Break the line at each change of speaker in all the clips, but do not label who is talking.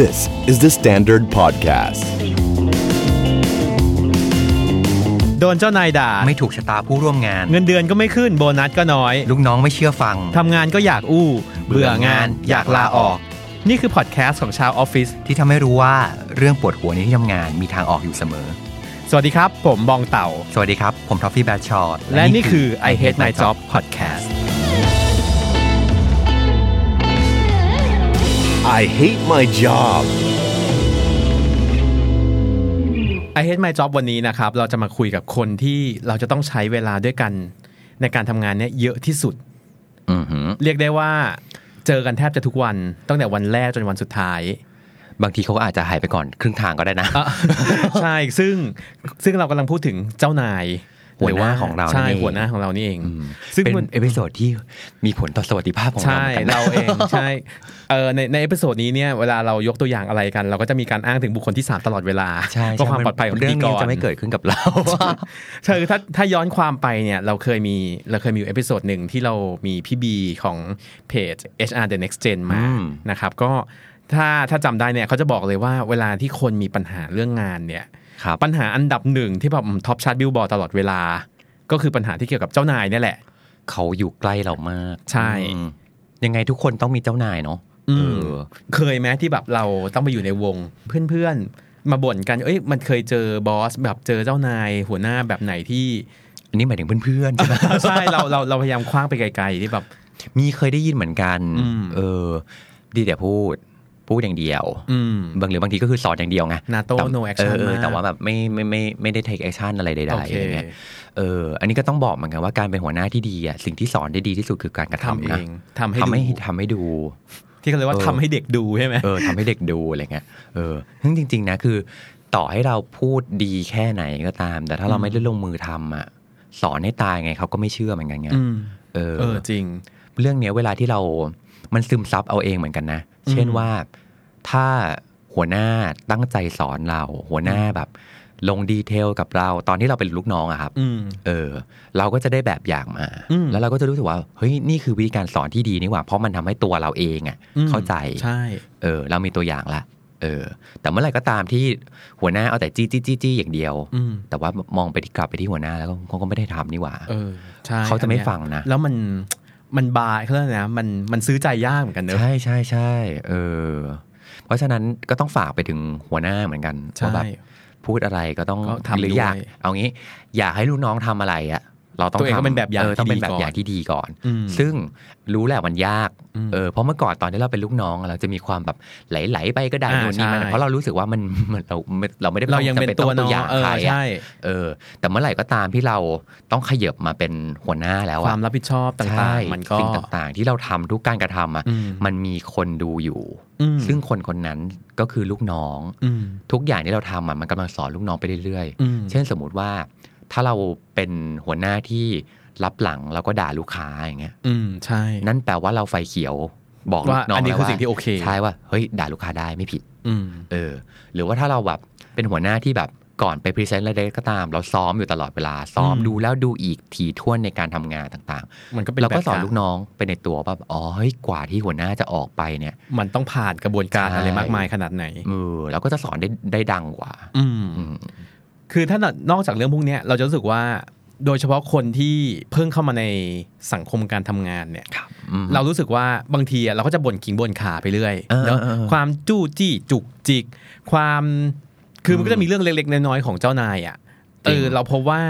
This is the Standard Podcast.
โดนเจ้านายด่า
ไม่ถูกชะตาผู้ร่วมงาน
เงินเดือนก็ไม่ขึ้นโบนัสก็น้อย
ลูกน้องไม่เชื่อฟัง
ทำงานก็อยากอู้
เบื่
เบื่
อ
อาง
งาน น
อยากลาออก นี่คือพอดแคสต์ของชาวออฟฟิศ
ที่ทำให้รู้ว่าเรื่องปวดหัวในที่ทำงานมีทางออกอยู่เสมอ
สวัสดีครับ ผมบองเต่า
สวัสดีครับ ผมทอฟฟี่แบชชอต
และนี่คือ I Hate My Job Podcast
I hate my job.
I Hate My Job วันนี้นะครับ เราจะมาคุยกับคนที่เราจะต้องใช้เวลาด้วยกัน ในการทำงานเนี่ยเยอะที่สุด
อือหือ
เรียกได้ว่าเจอกันแทบจะทุกวัน ตั้งแต่วันแรกจนวันสุดท้าย
บางทีเขาก็อาจจะหายไปก่อนครึ่งทางก็ได้นะ
อ่ะ ใช่ซึ่งซึ่งเรากำลังพูดถึงเจ้านาย
หัวหน้าของเรา
ใช่
นั่นเอง
หัวหน้าของเรานี่เอง ซึ่
ซึ่
ง
งเป็น
มัน
เอพิโซดที่มีผลต่อสวัสดิภาพของเรา
ใช่
เหมือนกันนะ
เราเองใช่ เออในในเอพิโซดนี้เนี่ยเวลาเรายกตัวอย่างอะไรกัน เราก็จะมีการอ้างถึงบุคคลที่ 3 ตลอดเวลา
ใช่
เพื่อความปลอดภัยของพิ
เรื่อ
ธี
ง
ก
นี้
ร
จะไม่เกิดขึ้นกับเรา
เธอถ้าถ้าย้อนความไปเนี่ยเราเคยมีเราเคยมีอยู่เอพิโซดหนึ่งที่เรามีพี่บีของเพจ HR the next gen มา
อืม
นะครับก็ถ้าถ้าจำได้เนี่ยเขาจะบอกเลยว่าเวลาที่คนมีปัญหาเรื่องงานเนี่ย
ครับ
ปัญหาอันดับหนึ่งที่แบบท็อปชาร์ตบิลบอร์ดตลอดเวลา ก็คือปัญหาที่เกี่ยวกับเจ้านายเนี่ยแหละ
เขาอยู่ใกล้เรามาก
ใช่
อืมยังไงทุกคนต้องมีเจ้านายเนาะ
อืม
เออ
เคยไหมที่แบบเราต้องไปอยู่ในวง เพื่อนๆ มาบ่นกัน เอ้ยมันเคยเจอบอสแบบเจอเจ้านาย หัวหน้าแบบไหนที่
อันนี้หมายถึงเพื่อนๆใช่ไหม
ใช่เราเราเราพยายามคว้างไปไกลๆที่แบบ
มีเคยได้ยินเหมือนกัน
อืม
เออ ดีแต่พูด พูดอย่างเดียว
อืม
บางหรือบางทีก็คือสอนอย่างเดียวไง
นาโต้
แต่
no action
เออเออ
มาก
แต่ว่าแบบไม่ไม่ไม่ไม่ได้ take action อะไรใด
โอ
ๆ
เค
อะไรเงี้ย เออ อันนี้ก็ต้องบอกเหมือนกันว่าการเป็นหัวหน้าที่ดีอ่ะ สิ่งที่สอนได้ดีที่สุดคือการกระ
ทำ
ทำ
เอ
นะ
งทำให้
ทำให้
ดู
ทำให้ดู
ที่เขาเรียกว่า
เออ
ทำให้เด็กดูใช่ไหม
เออทำให้เด็กดูอะไรเงี้ย เออซึ่งจริง ๆ นะคือ ต่อให้เราพูดดีแค่ไหนก็ตาม แต่ถ้าเราไม่ได้ลงมือทำอ่ะ สอนให้ตายไงเขาก็ไม่เชื่อเหมือนกันไง
อืม
เออ
เออจริง
เรื่องเนี้ยเวลาที่เรา มันซึมซับเอาเองเหมือนกันนะ เช่นว่า ถ้าหัวหน้าตั้งใจสอนเรา หัวหน้าแบบ ลงดีเทลกับเรา ตอนที่เราเป็นลูกน้องอะครับ
อืม
เออ เราก็จะได้แบบอย่างมา
อืม
แล้วเราก็จะรู้สึกว่า เฮ้ย นี่คือวิธีการสอนที่ดีนี่หว่า เพราะมันทำให้ตัวเราเองอะ
อืม
เข้าใจ
ใช่
เออ เรามีตัวอย่างละ เออ แต่เมื่อไหร่ก็ตามที่หัวหน้าเอาแต่จี้จี้จี้จี้อย่างเดียว
อืม
แต่ว่ามองไปที่กลับไปที่หัวหน้าแล้วก็เขาก็ไม่ได้ทำนี่หว่า
เออใช่
เขาจะไม่
อัย
ฟังนะ
แล้วมันมันบายเขาเรียกอะไรนะมันมันซื้อใจยากเหมือนกันเนอะ
ใช่ใช่ใช่เออ เพราะฉะนั้นก็ต้องฝากไปถึงหัวหน้าเหมือนกัน
ใช่
ว่าแบบพูดอะไรก็ต้อง
ก็ทำ
หรื
ด้วย
อยากเอางี้ อยากให้ลูกน้องทำอะไรอะ่ะ เราต้อง
ตัวเองก็
ทำ
เป็นแบบอย่างที่
ต้องเป็น
ดี
แบบ
ก่อน
อย่างที่ดีก่อน
อืม
ซึ่งรู้แหละมันยาก
อืม
เออเพราะเมื่อก่อนตอนที่เราเป็นลูกน้องเราจะมีความแบบไหลๆไปก็ได้
อ่า
โน่นนี่นั่น
ใช่
เพราะเรารู้สึกว่ามัน เหมือนเราไม่เราไม่ได้
เรายัง
จำ
เป็นตัว
อง
น้อง
อย่าง
เออ
ใครอะ
ใช่
เออ แต่เมื่อไหร่ก็ตามที่เราต้องขยับมาเป็นหัวหน้าแล้ว
ค
อะ
วามรับผิดชอบต่า
ใช่
งๆ มันก็
สิ่งต่างๆ ที่เราทำทุกการกระทำอ่ะ
อืม
มันมีคนดูอยู่
อืม
ซึ่งคนคนนั้นก็คือลูกน้อง
อืม
ทุกอย่างที่เราทำอ่ะมันกำลังสอนลูกน้องไปเรื่อย
อืม
ๆ เช่นสมมุติว่า ถ้าเราเป็นหัวหน้าที่รับหลังแล้วก็ด่าลูกค้าอย่างเงี้ย
อืมใช่
นั่นแปลว่าเราไฟเขียวบอกลูกน้อ
ว่า
ง
อันนี้
แล้ว
คือ
ว่า
สิ่งที่โอเค
ใช่ว่าเฮ้ยด่าลูกค้าได้ไม่ผิด
อืม
เออ หรือว่าถ้าเราแบบเป็นหัวหน้าที่แบบก่อนไปพรีเซนต์อะไรก็ตาม เราซ้อมอยู่ตลอดเวลาซ้อม
อืม
ดูแล้วดูอีกถี่ถ้วนในการทำงานต่าง ๆ
มันก็เป็น
เราก็
แบบ
สอนลูกน้องไปในตัวว่าอ๋อเฮ้ยกว่าที่หัวหน้าจะออกไปเนี่ย
มันต้องผ่านกระบวนการอะไรมากมายขนาดไหน
เออเราก็จะสอนได้ได้ดังกว่า
อืม
อืม
คือถ้านอกจากเรื่องพวกเนี้ยเราจะรู้สึกว่า โดยเฉพาะคนที่เพิ่งเข้ามาในสังคมการทำงานเนี่ย
อืม
เรารู้สึกว่าบางทีอะเราก็จะบ่นกิ่งบ่นขาไปเรื่อย
เออ
เนอะ
เออเออ
ความจู้จี้จุกจิก ความคือมันก็จะมีเรื่องเล็กๆน้อยๆของเจ้านายอ่ะ
จ
เอ
ริง
อเราพบว่า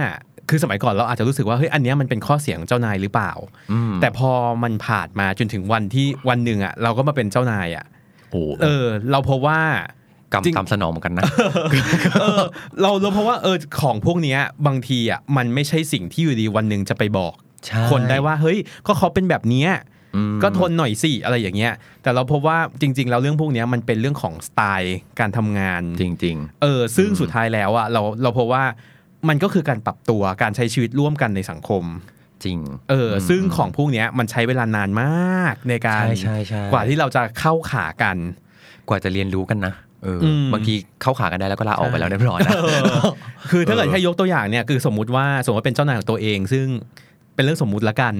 คือสมัยก่อนเราอาจจะรู้สึกว่าเฮ้ยอันเนี้ยมันเป็นข้อเสียของเจ้านายหรือเปล่า
อืม
แต่พอมันผ่านมาจนถึงวันที่วันหนึ่งอ่ะเราก็มาเป็นเจ้านายอ่ะ
โอ้
เออ เราพบว่า
กำ
จริง
ตามสนองเหมือนกันนะ
เออเราเราพบว่าเออของพวกเนี้ยบางทีอ่ะมันไม่ใช่สิ่งที่อยู่ดีวันหนึ่งจะไปบอก
ใช่
คนได้ว่าเฮ้ยก็เขาเป็นแบบเนี้ย
อืม
ก็ทนหน่อยสิอะไรอย่างเงี้ย แต่เราพบว่าจริง ๆ แล้วเรื่องพวกเนี้ยมันเป็นเรื่องของสไตล์การทำงาน
จริงจริง
เออ ซึ่งสุดท้ายแล้วอะเราเราพบว่ามันก็คือการปรับตัวการใช้ชีวิตร่วมกันในสังคม
ๆ จริง
เอออ
ม
ซึ่งของพวกเนี้ยมันใช้เวลานานมากในการ
ใช่ใช่ใช่
กว่าที่เราจะเข้าขากัน
กว่าจะเรียนรู้กันนะเอออ
ม
บางทีเข้าขากันได้แล้วก็ลาออกไปแล้วเรียบร้อยนะ
คือถ้าเกิด
เออ
ให้ยกตัวอย่างเนี่ยคือสมมติว่าสมมติว่าเป็นเจ้านายของตัวเอง ซึ่งเป็น เป็นเรื่องสมมุติละกัน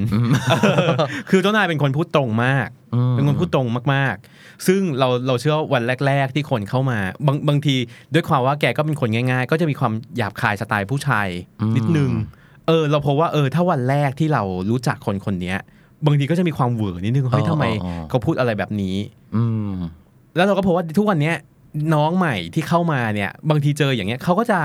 เออคือเจ้านายเป็นคนพูดตรงมาก
อืม
เป็นคนพูดตรงมากๆ ซึ่งเราเราเชื่อว่าวันแรก ๆ ที่คนเข้ามาบางบางทีด้วยความว่าแกก็เป็นคนง่ายๆ ก็จะมีความหยาบคายสไตล์ผู้ชายนิดนึง เออ เราพบว่าเออถ้าวันแรกที่เรารู้จักคนคนเนี้ย บางทีก็จะมีความเหวอนิดนึงเฮ้ย
อ๋อ
ทำไม
อ๋อ
เขาพูดอะไรแบบนี้
อืม
แล้วเราก็พบว่าทุกวันเนี้ยน้องใหม่ที่เข้ามาเนี่ย บางทีเจออย่างเงี้ยเขาก็จะ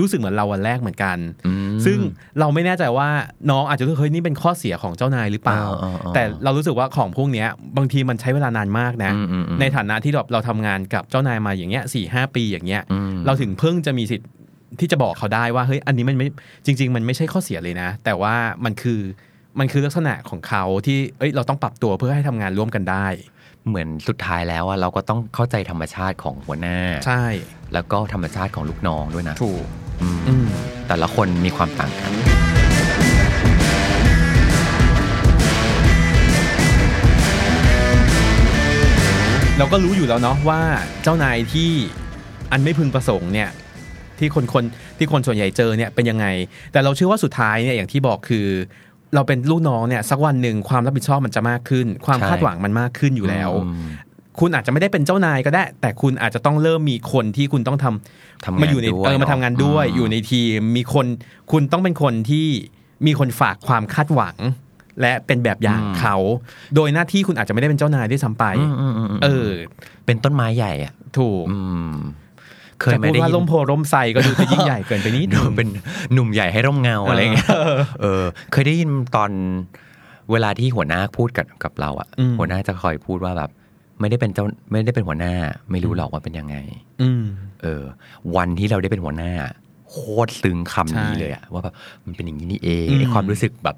รู้สึกเหมือนเราวันแรกเหมือนกัน
อืม
ซึ่งเราไม่แน่ใจว่าน้องอาจจะรู้สึกเฮ้ยนี่เป็นข้อเสียของเจ้านายหรือเปล่า
อ่าอ่าอ่า
แต่เรารู้สึกว่าของพวกเนี้ยบางทีมันใช้เวลานานมากนะ
อืมอืมอืม
ในฐานะที่เราเราทำงานกับเจ้านายมาอย่างเงี้ยสี่ห้าปีอย่างเงี้ย
อืม
เราถึงเพิ่งจะมีสิทธิ์ที่จะบอกเขาได้ว่าเฮ้ยอันนี้มันไม่จริง ๆ มันไม่ใช่ข้อเสียเลยนะ แต่ว่ามันคือมันคือลักษณะของเขาที่เอ้ยเราต้องปรับตัวเพื่อให้ทำงานร่วมกันได้
เหมือนสุดท้ายแล้วอะเราก็ต้องเข้าใจธรรมชาติของหัวหน้า
ใช่
แล้วก็ธรรมชาติของลูกน้องด้วยนะ
ถูก
อืม
อืม
แต่ละคนมีความต่างกัน
เราก็รู้อยู่แล้วเนาะว่าเจ้านายที่อันไม่พึงประสงค์เนี่ยที่คนคนที่คนส่วนใหญ่เจอเนี่ยเป็นยังไง แต่เราเชื่อว่าสุดท้ายเนี่ยอย่างที่บอกคือ เราเป็นลูกน้องเนี่ยสักวันหนึ่งความรับผิดชอบมันจะมากขึ้น ความ
ใช่
คาดหวังมันมากขึ้นอยู่แล้ว
อืม
คุณอาจจะไม่ได้เป็นเจ้านายก็ได้ แต่คุณอาจจะต้องเริ่มมีคนที่คุณต้องทำ
ทำงาน
มาอยู่ใน
ด้วย
เออมาทำงานด้วย
อืม
อยู่ในทีมมีคนคุณต้องเป็นคนที่มีคนฝากความคาดหวัง และเป็นแบบอย่างเขา โดยหน้าที่คุณอาจจะไม่ได้เป็นเจ้านายด้วยซ้ำไป
อืมอืมอืม
เออ
เป็นต้นไม้ใหญ่อะ
ถูก
อืมเคย
จะ
ไหม่
พูด
ได้
ว่า
ยิ
ล่ม
น
โพร่มไทรก็ดูจะยิ่งใหญ่เกินไปนิดนึง
เป็นหนุ่มใหญ่ให้ร่มเงาอะไรเงี้ยเออ เคยได้ยินตอนเวลาที่หัวหน้าพูดกับกับเราอะ
อืม
หัวหน้าจะคอยพูดว่าแบบ ไม่ได้เป็นเจ้าไม่ได้เป็นหัวหน้า ไม่รู้หรอกว่าเป็นยังไง
อืม
เออวันที่เราได้เป็นหัวหน้า โคตรซึ้งคำนี้
ใช่
เลยอะว่าแบบมันเป็นอย่างนี้นี่เอง
อืม
ไอ้ความรู้สึกแบบ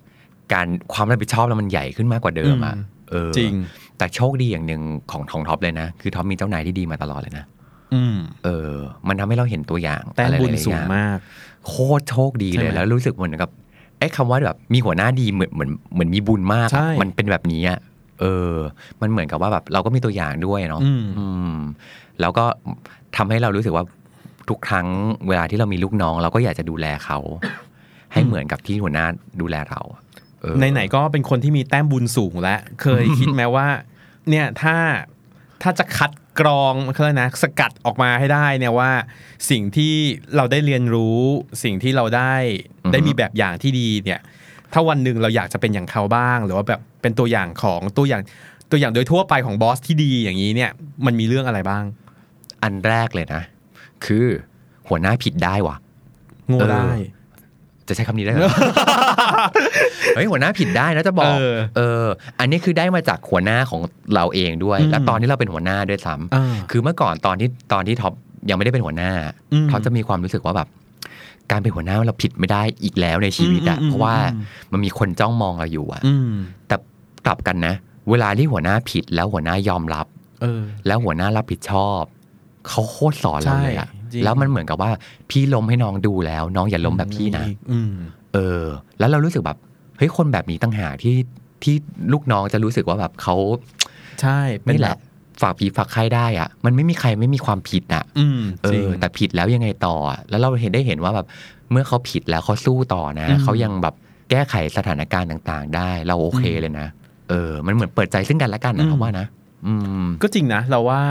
การความรับผิดชอบแล้วมันใหญ่ขึ้นมากกว่าเดิมอะ
อืม
เออ
จริง
แต่โชคดีอย่างหนึ่งของทองท็อปเลยนะ คือท็อปมีเจ้านายที่ดีมาตลอดเลยนะ
อืม
เออ มันทำให้เราเห็นตัวอย่าง
แต้ม
อะไรห
บุญ
ลายๆ
สู
อง ย่าง
มาก
โคตรโชคดี
ใช่
เล
ไห
ย
ม
แล้วรู้สึกเหมือนกับไอ้คำว่าแบบมีหัวหน้าดีเหมือนเหมือนเหมือนมีบุญมากอะ
ใช่
มันเป็นแบบนี้อะเออ มันเหมือนกับว่าแบบเราก็มีตัวอย่างด้วยเนาะ
อืม
อืมแล้วก็ทำให้เรารู้สึกว่าทุกครั้งเวลาที่เรามีลูกน้อง เราก็อยากจะดูแลเขา ให้เหมือนกับที่หัวหน้าดูแลเราอะเออ
ไหนๆก็เป็นคนที่มีแต้มบุญสูงและเคยคิดไหมว่า เนี่ยถ้าถ้าจะคัดกรองเขาเรียกนะสกัดออกมาให้ได้เนี่ยว่า สิ่งที่เราได้เรียนรู้สิ่งที่เราได้
อือฮึ
ได้มีแบบอย่างที่ดีเนี่ย ถ้าวันหนึ่งเราอยากจะเป็นอย่างเขาบ้าง หรือว่าแบบเป็นตัวอย่างของตัวอย่างตัวอย่างโดยทั่วไปของบอสที่ดีอย่างนี้เนี่ยมันมีเรื่องอะไรบ้าง
อันแรกเลยนะ คือหัวหน้าผิดได้วะ
โง่
เออ
ได้
จะใช้คำนี้ได้ไหม เฮ้ยหัวหน้าผิดได้นะจะบอก
เออ
เออ อันนี้คือได้มาจากหัวหน้าของเราเองด้วย
อืม
และตอนที่เราเป็นหัวหน้าด้วยซ้ำ
อ่า
คือเมื่อก่อนตอนที่ตอนที่ท็อปยังไม่ได้เป็นหัวหน้า
อืม
ท็อปจะมีความรู้สึกว่าแบบ การเป็นหัวหน้าเราผิดไม่ได้อีกแล้วในชีวิตอะ
อืมอืม
เพราะว่า
อืม
มันมีคนจ้องมองเราอยู่อะ
อืม
แต่กลับกันนะ เวลาที่หัวหน้าผิดแล้วหัวหน้ายอมรับ
เออ
แล้วหัวหน้ารับผิดชอบเขาโคตรสอนเราเลยอะ
ใช่จริง
แล้วมันเหมือนกับว่า พี่ล้มให้น้องดูแล้ว น้องอย่าล้มแบบพี่นะ
อืม
เออ แล้วเรารู้สึกแบบเฮ้ยคนแบบนี้ต่างหากที่ที่ลูกน้องจะรู้สึกว่าแบบเขา
ใช่เป็น
นี่แห
แบ
ละ
บ
ฝากผีฝากใครได้อะมันไม่มีใครไม่มีความผิดอะ
อืม
เอ
จริง
อแต่ผิดแล้วยังไงต่ออะแล้วเราเห็นได้เห็นว่าแบบเมื่อเขาผิดแล้วเขาสู้ต่อนะ
อืม
เขายังแบบแก้ไขสถานการณ์ต่าง ๆ ได้ เราโอเคเลยนะเออ มันเหมือนเปิดใจซึ่งกันและกันนะผมว่านะ อืม
ก็จริงนะเราว่า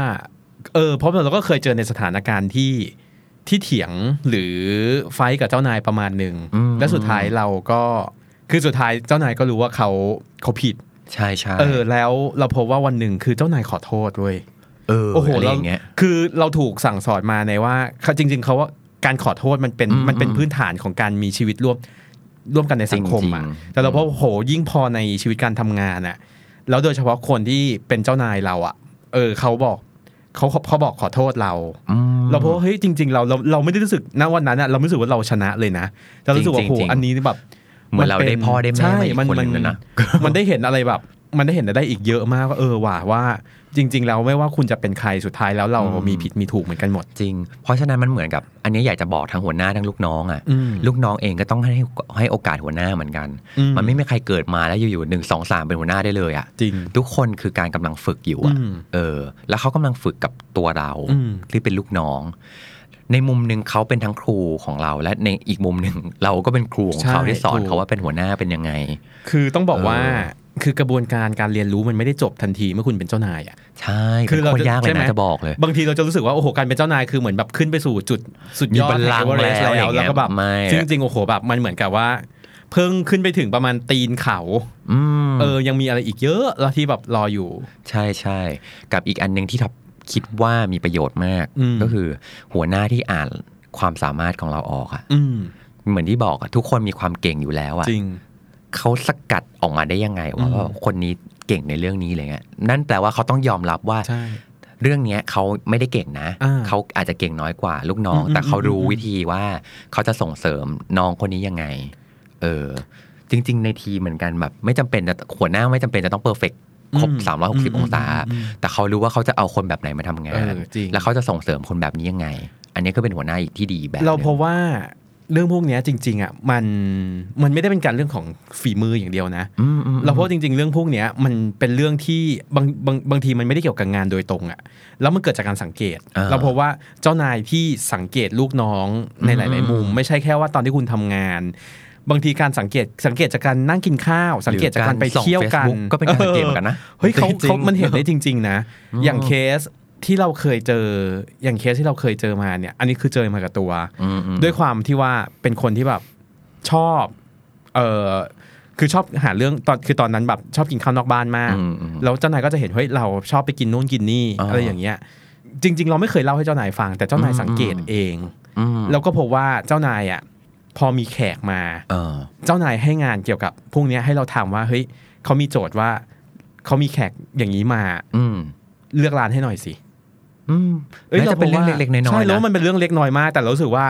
เออเพราะเราก็เคยเจอในสถานการณ์ที่ที่เถียงหรือไฟท์กับเจ้านายประมาณหนึ่ง
อืม
และสุดท้ายเราก็คือสุดท้ายเจ้านายก็รู้ว่าเขาเขาผิด
ใช่ใช่
เออ แล้วเราพบว่าวันหนึ่งคือเจ้านายขอโทษเว้ย
เออ
โอ้โห
อะไร
เรา
อย่างเงี้ย
คือเราถูกสั่งสอนมาในว่าเขาจริง ๆเขาว่าการขอโทษมันเป็น
อืม
มันเป็นพื้นฐานของการมีชีวิตร่วมร่วมกันในสังคมอ่ะ
จริงๆ
แต่เราพบว่าโหยิ่งพอในชีวิตการทำงานอ่ะ แล้วโดยเฉพาะคนที่เป็นเจ้านายเราอ่ะ เออเขาบอกเขาเขาบอกขอโทษเรา
อืม
เราพบว่าเฮ้ยจริง ๆ เราเราเราไม่ได้รู้สึกณวันนั้นอ่ะเราไม่รู้สึกว่าเราชนะเลยนะเรารู้สึกว่า
จริงๆ
โห
จริงๆ
อันนี้แบบ
เหมือนเราได้
ป็
พ่อได้แม่
ใช่
มาอีก
มัน
คนหนึ่
มัน
งเลยนะ
มันได้เห็นอะไรแบบ มันได้เห็นได้อีกเยอะมากว่าเออว่าว่า จริง ๆ แล้วไม่ว่าคุณจะเป็นใครสุดท้ายแล้วเรามีผิดมีถูกเหมือนกันหมด
จริง เพราะฉะนั้นมันเหมือนกับ อันนี้อยากจะบอกทั้งหัวหน้าทั้งลูกน้องอ่ะ
อืม
ลูกน้องเองก็ต้องให้ให้โอกาสหัวหน้าเหมือนกัน
อืม
มันไม่มีใครเกิดมาแล้วอยู่ๆหนึ่งสองสามเป็นหัวหน้าได้เลยอ่ะ
จริง
ทุกคนคือการกำลังฝึกอยู่อะ
อืม
เออ แล้วเขากำลังฝึกกับตัวเรา
อืม
ที่เป็นลูกน้อง ในมุมหนึ่งเขาเป็นทั้งครูของเรา และในอีกมุมหนึ่งเราก็เป็นครูของเขา
ใช่
ที่สอน
ถูก
เขาว่าเป็นหัวหน้าเป็นยังไง
คือต้องบอกว่า
เออ
คือกระบวนการการเรียนรู้มันไม่ได้จบทันทีเมื่อคุณเป็นเจ้านายอ่ะ
ใช่
คื
คือ
อ
เรา
เรา
คนยากเลย
ใช่ไหม
นะจะบอกเลย
บางทีเราจะรู้สึกว่าโอ้โหการเป็นเจ้านายคือเหมือนแบบขึ้นไปสู่จุดสุดยอด
มีบัลลังก์
เอเวอเรสต์
แล้ว
แล้ว
อย่างเงี้
แล้ว
ย
ก็แบบ
ไม่
ซึ่งจริงๆโอ้โหแบบมันเหมือนกับว่า เพิ่งขึ้นไปถึงประมาณตีนเขา
อืม
เออยังมีอะไรอีกเยอะแล้วที่แบบรออยู่
ใช่ใช่กับอีกอันหนึ่งที่ท็อปคิดว่ามีประโยชน์มาก
อืม
ก็คือหัวหน้าที่อ่านความสามารถของเราออกอะ
อืม
เหมือนที่บอกอะทุกคนมีความเก่งอยู่แล้วอะ
จริง
เขาสกัดออกมาได้ยังไงว่า
อืม
คนนี้เก่งในเรื่องนี้อะไรเงี้ยนั่นแปลว่าเขาต้องยอมรับว่า
ใช่
เรื่องเนี้ยเขาไม่ได้เก่งนะ
อ่า
เขาอาจจะเก่งน้อยกว่าลูกน้อง
อืม
แต่เขารู้
อืม
วิธีว่าเขาจะส่งเสริมน้องคนนี้ยังไง เออ จริง ๆ ในทีมเหมือนกันแบบ ไม่จำเป็นจะหัวหน้าไม่จำเป็นจะต้องเพอร์เฟกครบ 360 องศา
อืม
แต่เขารู้ว่าเขาจะเอาคนแบบไหนมาทำงาน
เออจริง
แล้วเขาจะส่งเสริมคนแบบนี้ยังไง อันนี้ก็เป็นหัวหน้าอีกที่ดีแบบ
เราพบ
หนึ่ง
ว่าเรื่องพวกเนี้ยจริง ๆอ่ะมันมันไม่ได้เป็นการเรื่องของฝีมืออย่างเดียวนะ
อืมอืมอืม
เราพบว่าจริง ๆ เรื่องพวกเนี้ยมันเป็นเรื่องที่บางบางบางทีมันไม่ได้เกี่ยวกับงานโดยตรงอะแล้วมันเกิดจากการสังเกต
อ่า
เราพบว่าเจ้านายที่สังเกตลูกน้องในห
อื
ลาย
ม
ๆ มุม ไม่ใช่แค่ว่าตอนที่คุณทำงาน บางทีการสังเกตสังเกตจากการนั่งกินข้าว สังเกตจากการไปเที่ยวกัน
หรือการส่อง Facebook ก็เป็นการสังเกตเหมือนกันนะ
เฮ้ยเขา
จริงๆ
เขามันเห็นได้จริง ๆ นะ อย่างเคสที่เราเคยเจออย่างเคสที่เราเคยเจอมาเนี่ย อันนี้คือเจอมากับตัว
อืมอืม
ด้วยความที่ว่าเป็นคนที่แบบชอบเออคือชอบหาเรื่องตอนคือตอนนั้นแบบชอบกินข้าวนอกบ้านมาก
อืมอืม
แล้วเจ้านายก็จะเห็นเฮ้ยเราชอบไปกินนู่นกินนี่
อ่า
อะไรอย่างเงี้ยจริง ๆ เราไม่เคยเล่าให้เจ้านายฟัง แต่เจ้านาย
อืม
สังเกตเอง
อืม
แล้วก็พบว่าเจ้านายอ่ะพอมีแขกมา
เออ
เจ้านายให้งานเกี่ยวกับพวกเนี้ยให้เราถามว่าเฮ้ยเขามีโจทย์ว่าเขามีแขกอย่างนี้มา
อืม
เลือกร้านให้หน่อยสิ
อืม
อ้ย
น่าจะเป็นเรื่องเล็กๆน้อยๆ
ใช่แล้ว
นะ
มันเป็นเรื่องเล็กน้อยมาก แต่เรารู้สึกว่า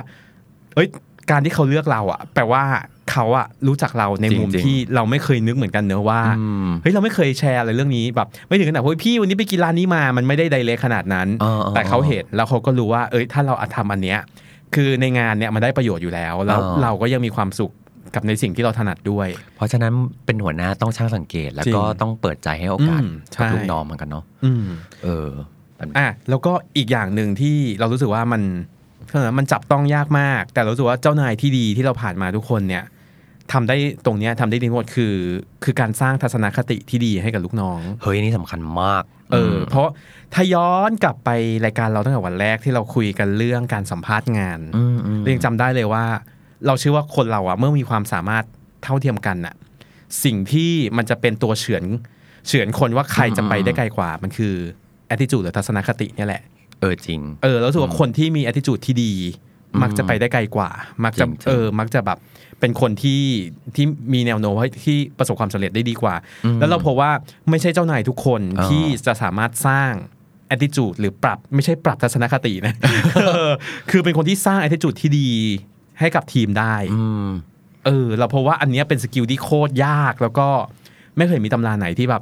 เอ้ย การที่เขาเลือกเราอะแปลว่าเขาอะรู้จักเราในมุม
จริงๆ
ที่เราไม่เคยนึกเหมือนกันเนอะว่า
อืม
เฮ้ยเราไม่เคยแชร์อะไรเรื่องนี้แบบ ไม่ถึงขนาดว่าเฮ้ยพี่วันนี้ไปกินร้านนี้มา มันไม่ได้ไดเรกขนาดนั้น
เออเออ
แต่เขาเห็นแล้วเขาก็รู้ว่า เอ้ยถ้าเราอะทำอันเนี้ย คือในงานเนี่ยมันได้ประโยชน์อยู่แล้วแล้ว
เออ
เราก็ยังมีความสุขกับในสิ่งที่เราถนัดด้วย
เพราะฉะนั้นเป็นหัวหน้าต้องช่างสังเกต แล้วก็
จริง
ต้องเปิดใจให้โอกาส
อืมใช่
กับลูกน้องเหมือนกันเนาะ
อืม
เออแบบนี้
อ่ะแล้วก็อีกอย่างหนึ่งที่เรารู้สึกว่ามันเท่านั้นมันจับต้องยากมาก แต่เรารู้สึกว่าเจ้านายที่ดีที่เราผ่านมาทุกคนเนี่ยทำได้ตรงเนี้ยทำได้ดีหมดคือ คือการสร้างทัศนคติที่ดีให้กับลูกน้อง
เฮ้ยนี่สำคัญมาก
เออ
ม
เพราะถ้าย้อนกลับไปรายการเราตั้งแต่วันแรกที่เราคุยกันเรื่องการสัมภาษณ์งาน
อืมอืม
เรายังจำได้เลยว่า เราเชื่อว่าคนเราอะเมื่อมีความสามารถเท่าเทียมกันอะสิ่งที่มันจะเป็นตัวเฉือนเฉือนคนว่าใครจะไปได้ไกลกว่ามันคือ attitude หรือทัศนคติเนี่ยแหละ
เออจริง
เออแล้วรู้สึกว่าคนที่มี attitude ที่ดี มักจะไปได้ไกลกว่า มักจะ
จริงๆ
เออมักจะแบบเป็นคนที่ที่มีแนวโน้มว่าที่ประสบความสำเร็จได้ดีกว่า แล้วเราพบว่าไม่ใช่เจ้านายทุกคนที่จะสามารถสร้าง attitude หรือปรับไม่ใช่ปรับทัศนคตินะ เออคือเป็นคนที่สร้าง attitude ที่ดีให้กับทีมได้
อืม
เออเราพบว่าอันเนี้ยเป็นสกิลที่โคตรยากแล้วก็ไม่เคยมีตำราไหนที่แบบ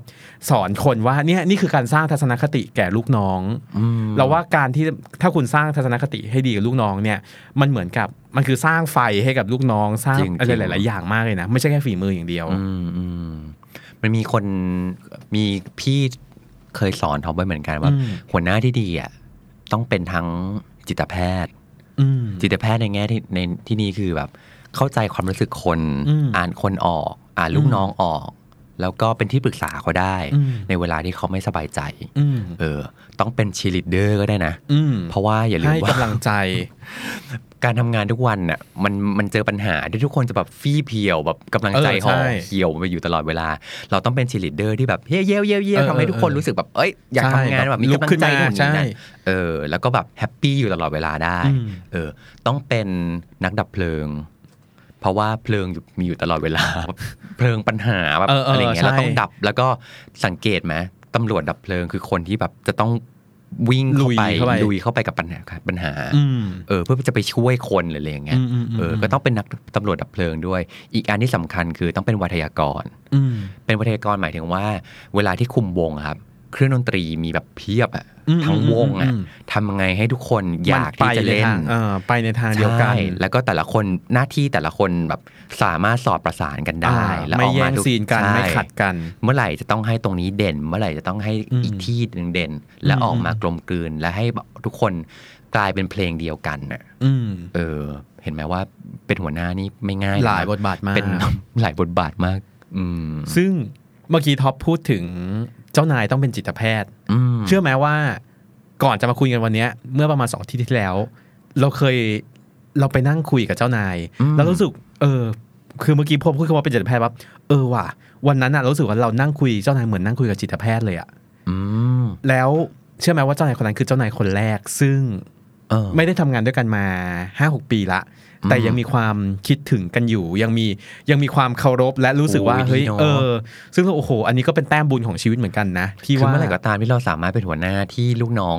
สอนคนว่าเนี่ยนี่คือการสร้างทัศนคติแก่ลูกน้อง
อืม
เราว่าการที่ถ้าคุณสร้างทัศนคติให้ดีกับลูกน้องเนี่ย มันเหมือนกับมันคือสร้างไฟให้กับลูกน้อง สร้าง
จริงๆ
อะไรหลาย ๆ อย่างมากเลยนะ ไม่ใช่แค่ฝีมืออย่างเดียว
อืมอืมมันมีคนมีพี่เคยสอนทอมไว้เหมือนกันว่า
อืม
หัวหน้าที่ดีอ่ะต้องเป็นทั้งจิตแพทย์
อืม
จิตแพทย์ในแง่ที่ในที่นี่คือแบบ เข้าใจความรู้สึกคน
อืม
อ่านคนออก อ่านลูกน้องออก แล้วก็เป็นที่ปรึกษาเขาได้
อืม
ในเวลาที่เขาไม่สบายใจ
อืม
เออ ต้องเป็นชีลิดเดอร์ก็ได้นะ
อืม
เพราะว่าอย่าลืม
ให้
ว่า
กำลั งใจ
การทำงานทุกวันน่ะมันมันเจอปัญหาที่ทุกคนจะแบบฟี่เพียวแบบกำลังใจ
เออใช่
ห่อเหี่ยวไปอยู่ตลอดเวลา เราต้องเป็นชีลิดเดอร์ที่แบบเย้เย้เย้เย้
เออ
ทำให้ทุกคน
เออ
รู้สึกแบบเอ้ยอยาก
ใช่
ทำงาน
แบ
แบบ บมี
ลุก
กำลัง
ขึ้น
ใจ
มา
นู่น
ใช่
นี่นั่นเออ แล้วก็แบบแฮปปี้อยู่ตลอดเวลาได้
อืม
เออ ต้องเป็นนักดับเพลิง เพราะว่าเพลิงอยู่มีอยู่ตลอดเวลา เพลิงปัญหาแบบ
เออเออ
อะไรเงี้ย
ใช่
เราต้องดับแล้วก็สังเกตไหมตำรวจดับเพลิงคือคนที่แบบจะต้องวิ่งเข้าไปลุยเข้าไปกับปัญหาปัญหา
อืม
เออเพื่อจะไปช่วยคนหรืออะไรอย่างเงี้ย
อืมอืมอืม
เออก็ต้องเป็นนักตำรวจดับเพลิงด้วย อีกอันที่สำคัญคือต้องเป็นวัทยากร
อืม
เป็นวัทยากรหมายถึงว่า เวลาที่คุมวงอะครับ เครื่องดนตรีมีแบบเพียบอะ
อืม
ทั้งวงอะ
อืม
ทำยังไงให้ทุกคนอยากที่จะเล่
มัไป
น
ใทางเออไปในทางเดียวกัน
ใช่แล้วก็แต่ละคนหน้าที่แต่ละคนแบบสามารถสอบประสานกัน
อ่า
ได้ แล้ว
ไม่
ออก
แย่
มาง ทุก
ซีนกัน
ใช่
ไม่ขัดกัน
เมื่อไหร่จะต้องให้ตรงนี้เด่น เมื่อไหร่จะต้องให้
อืม
อีกที่หนึ่งเด่น และ
อืม
ออกมากลมกลืนและให้แบบทุกคนกลายเป็นเพลงเดียวกันน่ะ
อืม
เออ เห็นไหมว่าเป็นหัวหน้านี่ไม่ง่ายนะ
หลายบทบาทมาก
เป็น หลายบทบาทมาก อืม
ซึ่งเมื่อกี้ท็อปพูดถึงเจ้านายต้องเป็นจิตแพทย์
ม
เชื่อไหมว่าก่อนจะมาคุยกันวันเนี้ยเมื่อประมาณสองอาที่ที่แล้ว เราเคยเราไปนั่งคุยกับเจ้านาย แล้วรู้สึกเออ คือเมื่อกี้พอพูดคำว่าเป็นจิตแพทย์ปั๊บเออว่ะวันนั้นน่ะเรารู้สึกว่าเรานั่งคุยเจ้านายเหมือนนั่งคุยกับจิตแพทย์เลยอะ
อืม
แล้วเชื่อไหมว่าเจ้านายคนนั้นคือเจ้านายคนแรก ซึ่ง
เออ
ไม่ได้ทำงานด้วยกันมาห้าหกปีละ
อืม
แต่ยังมีความคิดถึงกันอยู่ ยังมียังมีความเคารพและรู้สึกว่า
โอ้ย
เฮ้ย
ดีเนอะ
เออ ซึ่งโอ้โห อันนี้ก็เป็นแต้มบุญของชีวิตเหมือนกันนะที่
คือ
ว่า
เมื่อไหร่ก็ตามที่เราสามารถเป็นหัวหน้าที่ลูกน้อง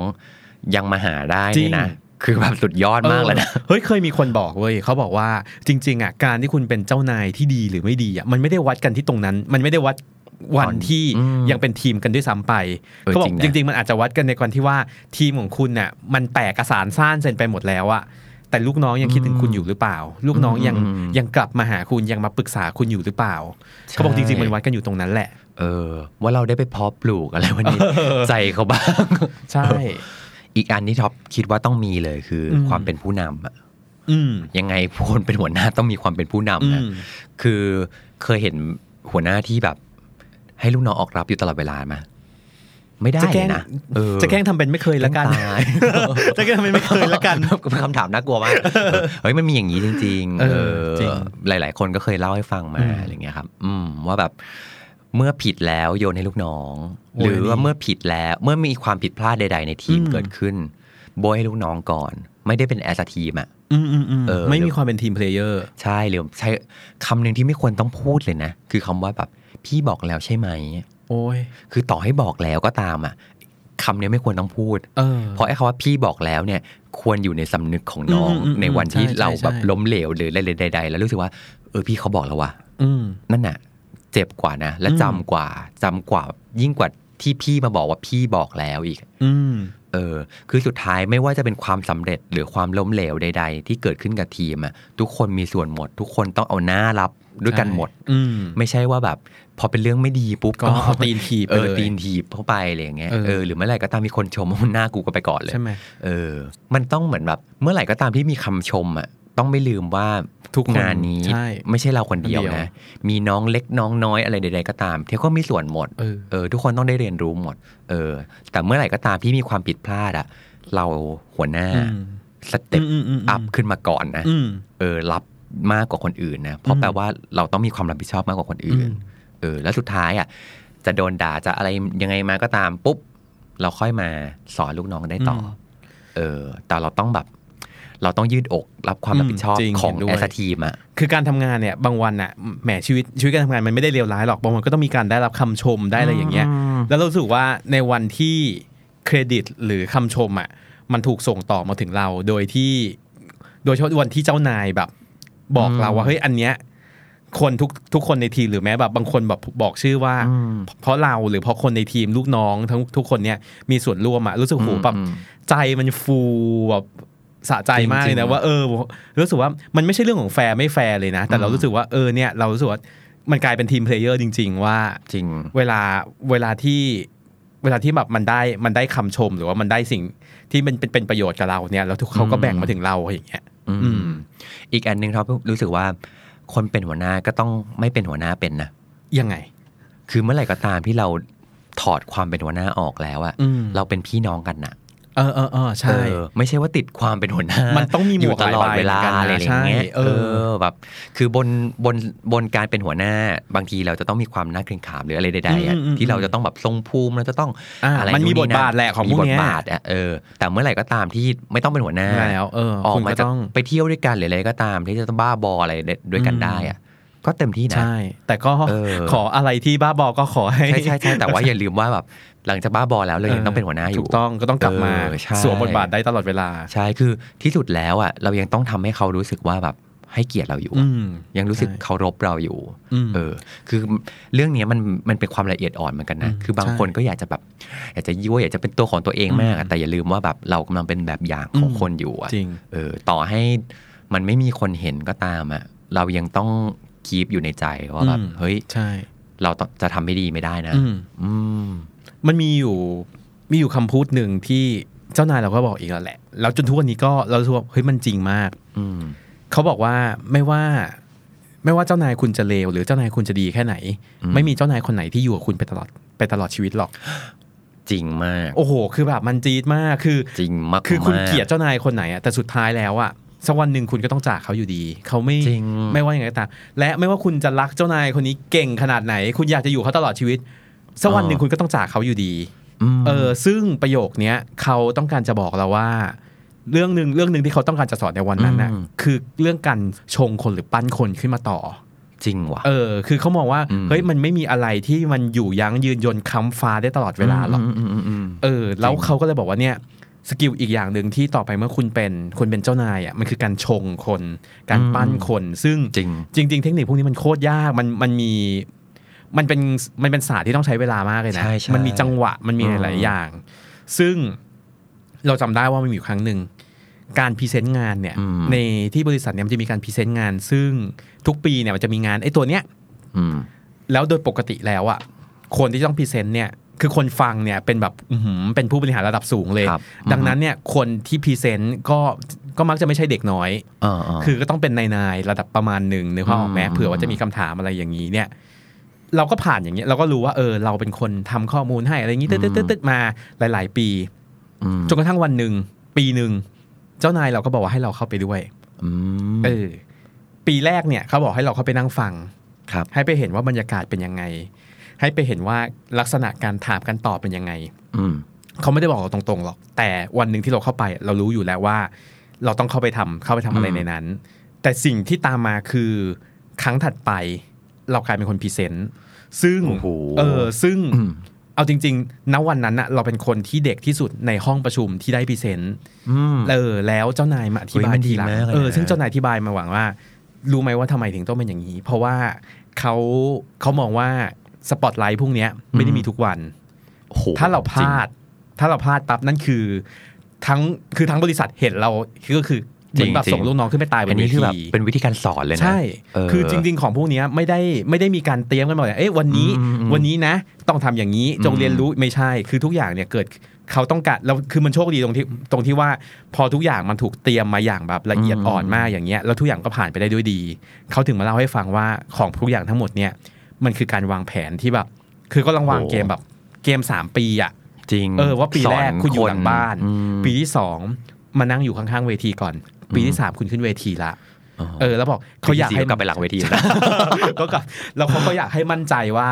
ยังมาหาได้
จริ
เนี่
ง
ยนะคือแบบสุดยอดมากแล้วนะ
เออเฮ้ยเคยมีคนบอกเว้ยเขาบอกว่าจริง ๆอ่ะการที่คุณเป็นเจ้านายที่ดีหรือไม่ดีอ่ะมันไม่ได้วัดกันที่ตรงนั้น มันไม่ได้วัดวันที่
อืม
ยังเป็นทีมกันด้วยซ้ำไป
เออ
เขาบอกจ
จริงนะ
ริง ๆ มันอาจจะวัดกันในวันที่ว่าทีมของคุณน่ะมันแตกกระสานซ่านเซ็นไปหมดแล้วอ่ะแต่ลูกน้องยังคิดถึงคุณอยู่หรือเปล่า ลูกน้องยังยังกลับมาหาคุณยังมาปรึกษาคุณอยู่หรือเปล่าเขาบอกจริง ๆ มันวัดกันอยู่ตรงนั้นแหละ
เออว่าเราได้ไปเพาะปลูกอะไรวันนี้ ใจเขาบ้าง
ใช่
อีกอันที่ท็อปคิดว่าต้องมีเลยคืออ
ม
ความเป็นผู้นำอะ
อืม
ยังไงคนเป็นหัวหน้าต้องมีความเป็นผู้
อื
นำนะ
ม
คือเคยเห็นหัวหน้าที่แบบ ให้ลูกน้องออกรับอยู่ตลอดเวลาไหมไม่ได้
จะแกล้ง
นะเออ
จะแกล้งทำเป็นไม่เคยละกัน
แกล้งตาย
จะแกล้งทำเป็นไม่เคยละกัน
เป็น คำถามน่ากลัวมากเออเฮ้ยมันมีอย่างนี้จริง ๆ
เอ
เอ
อ
อ
จริง
หลาย ๆ คนก็เคยเล่าให้ฟังมา
อืม
อะไรเงี้ยครับ อืมว่าแบบเมื่อผิดแล้วโยนให้ลูกน้อง
โอ้ย
หรือว่า
นี่
เมื่อผิดแล้วเมื่อมีความผิดพลาดใด ๆ ในทีม
อืม
เกิดขึ้นโบยให้ลูกน้องก่อน ไม่ได้เป็นแอสทีมอะ
อืมอืมอืม
เออ
ไม่มีความเป็นทีมเพลเยอร์
ใช่หรือใช้คำหนึ่งที่ไม่ควรต้องพูดเลยนะ คือคำว่าแบบพี่บอกแล้วใช่ไหม
โอ้ย
คือต่อให้บอกแล้วก็ตามอะคำเนี้ยไม่ควรต้องพูด
เออ
เพราะไอ้คำว่าพี่บอกแล้วเนี่ยควรอยู่ในสำนึกของน้อง
อืมอืมอืม
ในวันที่
ใช่ใช่
เราแบบ
ใช่
ล้มเหลวหรืออะไรใดๆ แล้วรู้สึกว่าเออพี่เขาบอกแล้วว่า
อืม
นั่นน่ะ เจ็บกว่านะ และ
อืม
จำกว่าจำกว่ายิ่งกว่าที่พี่มาบอกว่าพี่บอกแล้วอีก
อืม
เออ คือสุดท้ายไม่ว่าจะเป็นความสำเร็จหรือความล้มเหลวใด ๆ ที่เกิดขึ้นกับทีมอะทุกคนมีส่วนหมด ทุกคนต้องเอาหน้ารับด้วยกันหมด
อืม
ไม่ใช่ว่าแบบพอเป็นเรื่องไม่ดีปุ๊บ
ก็เอาตีนถีบไป
เออ
เลย
ตีนถีบเข้าไปอะไรอย่างเงี้ย
เออ
เออหรือเมื่อไหร่ก็ตามมีคนชมว่าหน้ากูก็ไปก่อนเลย
ใช่ไหม
เออ มันต้องเหมือนแบบ เมื่อไหร่ก็ตามที่มีคำชมอ่ะ ต้องไม่ลืมว่า
ทุกคน
งานนี้
ใช่
ไม่ใช่เราคนเดียว
คนเดียว
นะ มีน้องเล็กน้องน้อยอะไรใดๆก็ตามเที่ก็มีส่วนหมด
เออ
เออ ทุกคนต้องได้เรียนรู้หมด เออ แต่เมื่อไหร่ก็ตามที่มีความผิดพลาดอ่ะ เราหัวหน้า
อืม
สเต็ป
อืมอืมอืม
อัพขึ้นมาก่อนนะ
อืม
เออ รับมากกว่าคนอื่นนะ เพราะแปลว่าเราต้องมีความรับผิดชอบมากกว่าคนอื่น
อืม
เออ แล้วสุดท้ายอ่ะ จะโดนด่าจะอะไรยังไงมาก็ตามปุ๊บ เราค่อยมาสอนลูกน้องได้ต่ออเออ แต่เราต้องแบบ เราต้องยืดอกรับความรับผิดชอบ
อืมจริง
ของ
เห็นด้วย
แอสทีมอ่ะ
คือการทำงานเนี่ยบางวันอ่ะแหมชีวิตชีวิตการทำงานมันไม่ได้เลวร้ายหรอกบางวันก็ต้องมีการได้รับคำชมได้อะไรอย่างเงี้ย
อืม
แล้วเรารู้สึกว่าในวันที่เครดิตหรือคำชมอ่ะมันถูกส่งต่อมาถึงเราโดยที่ โดยเฉพาะวันที่เจ้านายแบบ บอกเราว่าเฮ้ยอันเนี้ยคนทุกทุกคนในทีมหรือแม้แบบบางคนแบบบอกชื่อว่า เพราะเราหรือเพราะคนในทีมลูกน้องทั้งทุกคนเนี่ยมีส่วนร่วมอะรู้สึกโอ้โหแบบ
อืม
ใจมันฟูแบบสะใจมากเลยนะว่าเออรู้สึกว่ามันไม่ใช่เรื่องของแฟร์ไม่แฟร์เลยนะ แต่เรารู้สึกว่าเออเนี่ยเรารู้สึกว่ามันกลายเป็นทีมเพลเยอร์จริง ๆ ว่า
จริง
เวลาเวลาที่เวลาที่แบบมันได้มันได้คำชมหรือว่ามันได้สิ่งที่มันเป็นเป็นประโยชน์กับเราเนี่ยแล้วทุกเขาก็แบ่งมาถึงเราอย่างเงี้ย
อืม
อืม
อีกอันหนึ่งครับรู้สึกว่า คนเป็นหัวหน้าก็ต้องไม่เป็นหัวหน้าเป็นนะ
ยังไง
คือเมื่อไหร่ก็ตามที่เราถอดความเป็นหัวหน้าออกแล้วอะ
อืม
เราเป็นพี่น้องกันน่ะ
เออเออเออใช่
เออไม่ใช่ว่าติดความเป็นหัวหน้า มัน
ต้องมีหมวก
ตลอดเวลา
หลายใบ
อะไรอย่างเงี้ย
ใช่เอ
เอ
อ
อแบบคือบนบนบนการเป็นหัวหน้า บางทีเราจะต้องมีความน่าเกรงขามหรืออะไรใดๆอะ
อืมอืม
ที่เราจะต้องแบบทรงภูมิเราจะต้อง
อ่า
อะไร
มันมี
นู่
บทบาทแหละของพวกเนี้ย
มีบทบาทอะเออแต่เมื่อไหร่ก็ตามที่ไม่ต้องเป็นหัวหน้า
แล้วเออ
ออก
คุณ
มา
ก็
จะ
ต้อง
ไปเที่ยวด้วยกันหรืออะไรก็ตามที่จะต้องบ้าบออะไรด้วยกันได้อะก็เต็มที่นะ
ใช่ แต่ก็
เออ
ขออะไรที่บ้าบอก็ขอให้
ใช่ใช่ใช่แต่ว่าอย่าลืมว่าแบบหลังจากบ้าบอแล้วเรายังต้องเป็นหัวหน้าอยู่
ถูกต้องก็ต้องกลับมา
เออใช่
สวมบทบาทได้ตลอดเวลา
ใช่ คือที่สุดแล้วอ่ะ เรายังต้องทำให้เขารู้สึกว่าแบบ ให้เกียรติเราอยู่
อืม
ยังรู้สึก
ใช่
เคารพเราอยู่
อืม
เออ คือเรื่องเนี้ยมันมันเป็นความละเอียดอ่อนเหมือนกันนะ
อืม
คือบาง
ใช่
คนก็อยากจะแบบ อยากจะยั่วอยากจะเป็นตัวของตัวเองมาก
อืม
อะแต่อย่าลืมว่าแบบเรากำลังเป็นแบบอย่างของ
อืม
คนอยู่อะ
จริง
เออ ต่อให้มันไม่มีคนเห็นก็ตามอะเรายังต้องคีปอยู่ในใจว่าแบบ
อืม
เฮ้ย
ใช่
เราต้องจะทำไม่ดีไม่ได้นะ
อืม
อืม
มันมีอยู่มีอยู่คำพูดหนึ่งที่เจ้านายเราก็บอกอีกแล้วแหละ แล้วจนทุกวันนี้ก็เรารู้สึกว่าเฮ้ยมันจริงมาก
อืม
เขาบอกว่าไม่ว่า ไม่ว่าเจ้านายคุณจะเลวหรือเจ้านายคุณจะดีแค่ไหน
อืม
ไม่มีเจ้านายคนไหนที่อยู่กับคุณไปตลอดไปตลอดชีวิตหรอก
จริงมาก
โอ้โห คือแบบมันจี๊ดมากคือ
จริงมากๆ
คือคุณเกลียดเจ้านายคนไหนอะแต่สุดท้ายแล้วอะสักวันหนึ่งคุณก็ต้องจากเขาอยู่ดี เขาไม่
จริง
ไม่ว่าอย่างไรก็ตามและไม่ว่าคุณจะรักเจ้านายคนนี้เก่งขนาดไหน คุณอยากจะอยู่เขาตลอดชีวิตสักวันหนึ่งคุณก็ต้องจากเขาอยู่ดี
ม
เออซึ่งประโยคเนี้ยเขาต้องการจะบอกเราว่า เรื่องหนึ่งเรื่องหนึ่งที่เขาต้องการจะสอนในวันนั้นน่ะคือเรื่องการชงคนหรือปั้นคนขึ้นมาต่อ
จริงว่ะ
เออ คือเขามองว่า
อืม
เฮ้ยมันไม่มีอะไรที่มันอยู่ยั้งยืนยนค้ำฟ้าได้ตลอดเวลาหรอก
มมอืม
เออแล้ว
จริง
เขาก็เลยบอกว่าเนี่ยสกิลอีกอย่างหนึ่งที่ต่อไปเมื่อคุณเป็นคุณเป็นเจ้านายอ่ะมันคือการชงคน การปั้นคน ซึ่ง
จริง
จริง ๆ เทคนิคพวกนี้มันโคตรยากมันมันมีมันเป็นมันเป็นศาสตร์ที่ต้องใช้เวลามากเลยนะ
ใช่ใช่
มันมีจังหวะมันมี
อืม
หลายๆอย่าง ซึ่งเราจำได้ว่ามันมีอยู่ครั้งหนึ่งการพรีเซนต์งานเนี่ยในที่บริษัทเนี่ยมันจะมีการพรีเซนต์งาน ซึ่งทุกปีเนี่ยมันจะมีงานไอ้ตัวเนี้ย
อืม
แล้วโดยปกติแล้วอะคนที่ต้องพรีเซนต์เนี่ยคือคนฟังเนี่ยเป็นแบบอื้อหือเป็นผู้บริหารระดับสูงเลย
ครับ
ดังนั้นเนี่ยคนที่พรีเซนต์ก็ก็มักจะไม่ใช่เด็กน้อย
เออเ
คือก็ต้องเป็นนายนายๆระดับประมาณหนึ่งนึกภาพออกไหม
อืม
เผื่อว่าจะมีคำถามอะไรอย่างนี้เนี่ย เราก็ผ่านอย่างเงี้ยเราก็รู้ว่าเออ เราเป็นคนทำข้อมูลให้อะไรอย่างนี้ตึ๊ดตึ๊ดตึ๊ดตึ๊ดมาหลาย ๆ ปี
อืม
จนกระทั่งวันหนึ่งปีหนึ่งเจ้านายเราก็บอกว่าให้เราเข้าไปด้วย
อืม
เออ ปีแรกเนี่ยเขาบอกให้เราเข้าไปนั่งฟัง
ครับ
ให้ไปเห็นว่าบรรยากาศเป็นยังไง ให้ไปเห็นว่าลักษณะการถามการตอบเป็นยังไง
อืม
เขาไม่ได้บอกเราตรงๆหรอก แต่วันหนึ่งที่เราเข้าไป เรารู้อยู่แล้วว่า เราต้องเข้าไปทำเข้าไปทำอะไร
อืม
ในนั้น แต่สิ่งที่ตามมาคือครั้งถัดไป เรากลายเป็นคนพรีเซนต์ซึ่ง
โอ้โห
เออซึ่ง
อืม
เอาจริงๆณวันนั้นน่ะเราเป็นคนที่เด็กที่สุดในห้องประชุมที่ได้พรีเซนต์
อืม
เออแล้วเจ้านายมาอธิบา
เฮ้ยมั
ย
นดี
ทีหลัง
มากเลยนะ
เออซึ่งเจ้านายอธิบายมาหวังว่า รู้ไหมว่าทำไมถึงต้องเป็นอย่างนี้ เพราะว่าเขาเขามองว่าสปอตไลท์พวกเนี้ยไม่ได้
อืม
มีทุกวัน
โอ้โห
ถ้าเราพลาด ถ้าเราพลาดปั๊บนั่นคือ ทั้งคือทั้งบริษัทเห็นเราก็คือเหมือนแบบส่งลูกน้องขึ้นไปตาย
จ
บ
ริงอัน
น
นี้
เว
คือแบบ
ที
เป็นวิธีการสอนเลยนะ
ใช่
เ
คือจริง ๆ ของพวกเนี้ยไม่ได้ไม่ได้มีการเตรียมกันมาเลยเอ๊ะวันนี้
อืมอืม
วันนี้นะ ต้องทำอย่างนี้จง
อืม
เรียนรู้ไม่ใช่ คือทุกอย่างเนี่ยเกิดเขาต้องการแล้วคือมันโชคดีตรงที่ตรงที่ว่าพอทุกอย่างมันถูกเตรียมมาอย่างแบบละเอียดอ่อนมากอย่างเงี้ยแล้วทุกอย่างก็ผ่านไปได้ด้วยดี เขาถึงมาเล่าให้ฟังว่าของทุกอย่างทั้งหมดเนี่ยมันคือการวางแผนที่แบบ คือก็ลังวางเกมแบบเกมสามปีอะ
จริง
เออว่าปีแรก
สน
คุณอยู่หลังบ้าน
อืม
ปีที่สองมานั่งอยู่ข้างๆเวทีก่อน ปีที่สามคุณขึ้นเวทีละ
อ๋อ
เออ แล้วบอกเขาอยาก
ปีที่สี่
ให้
กลับไปหลังเว ทีนะ
ก็กลับ แล้วเขาก็อยากให้มั่นใจว่า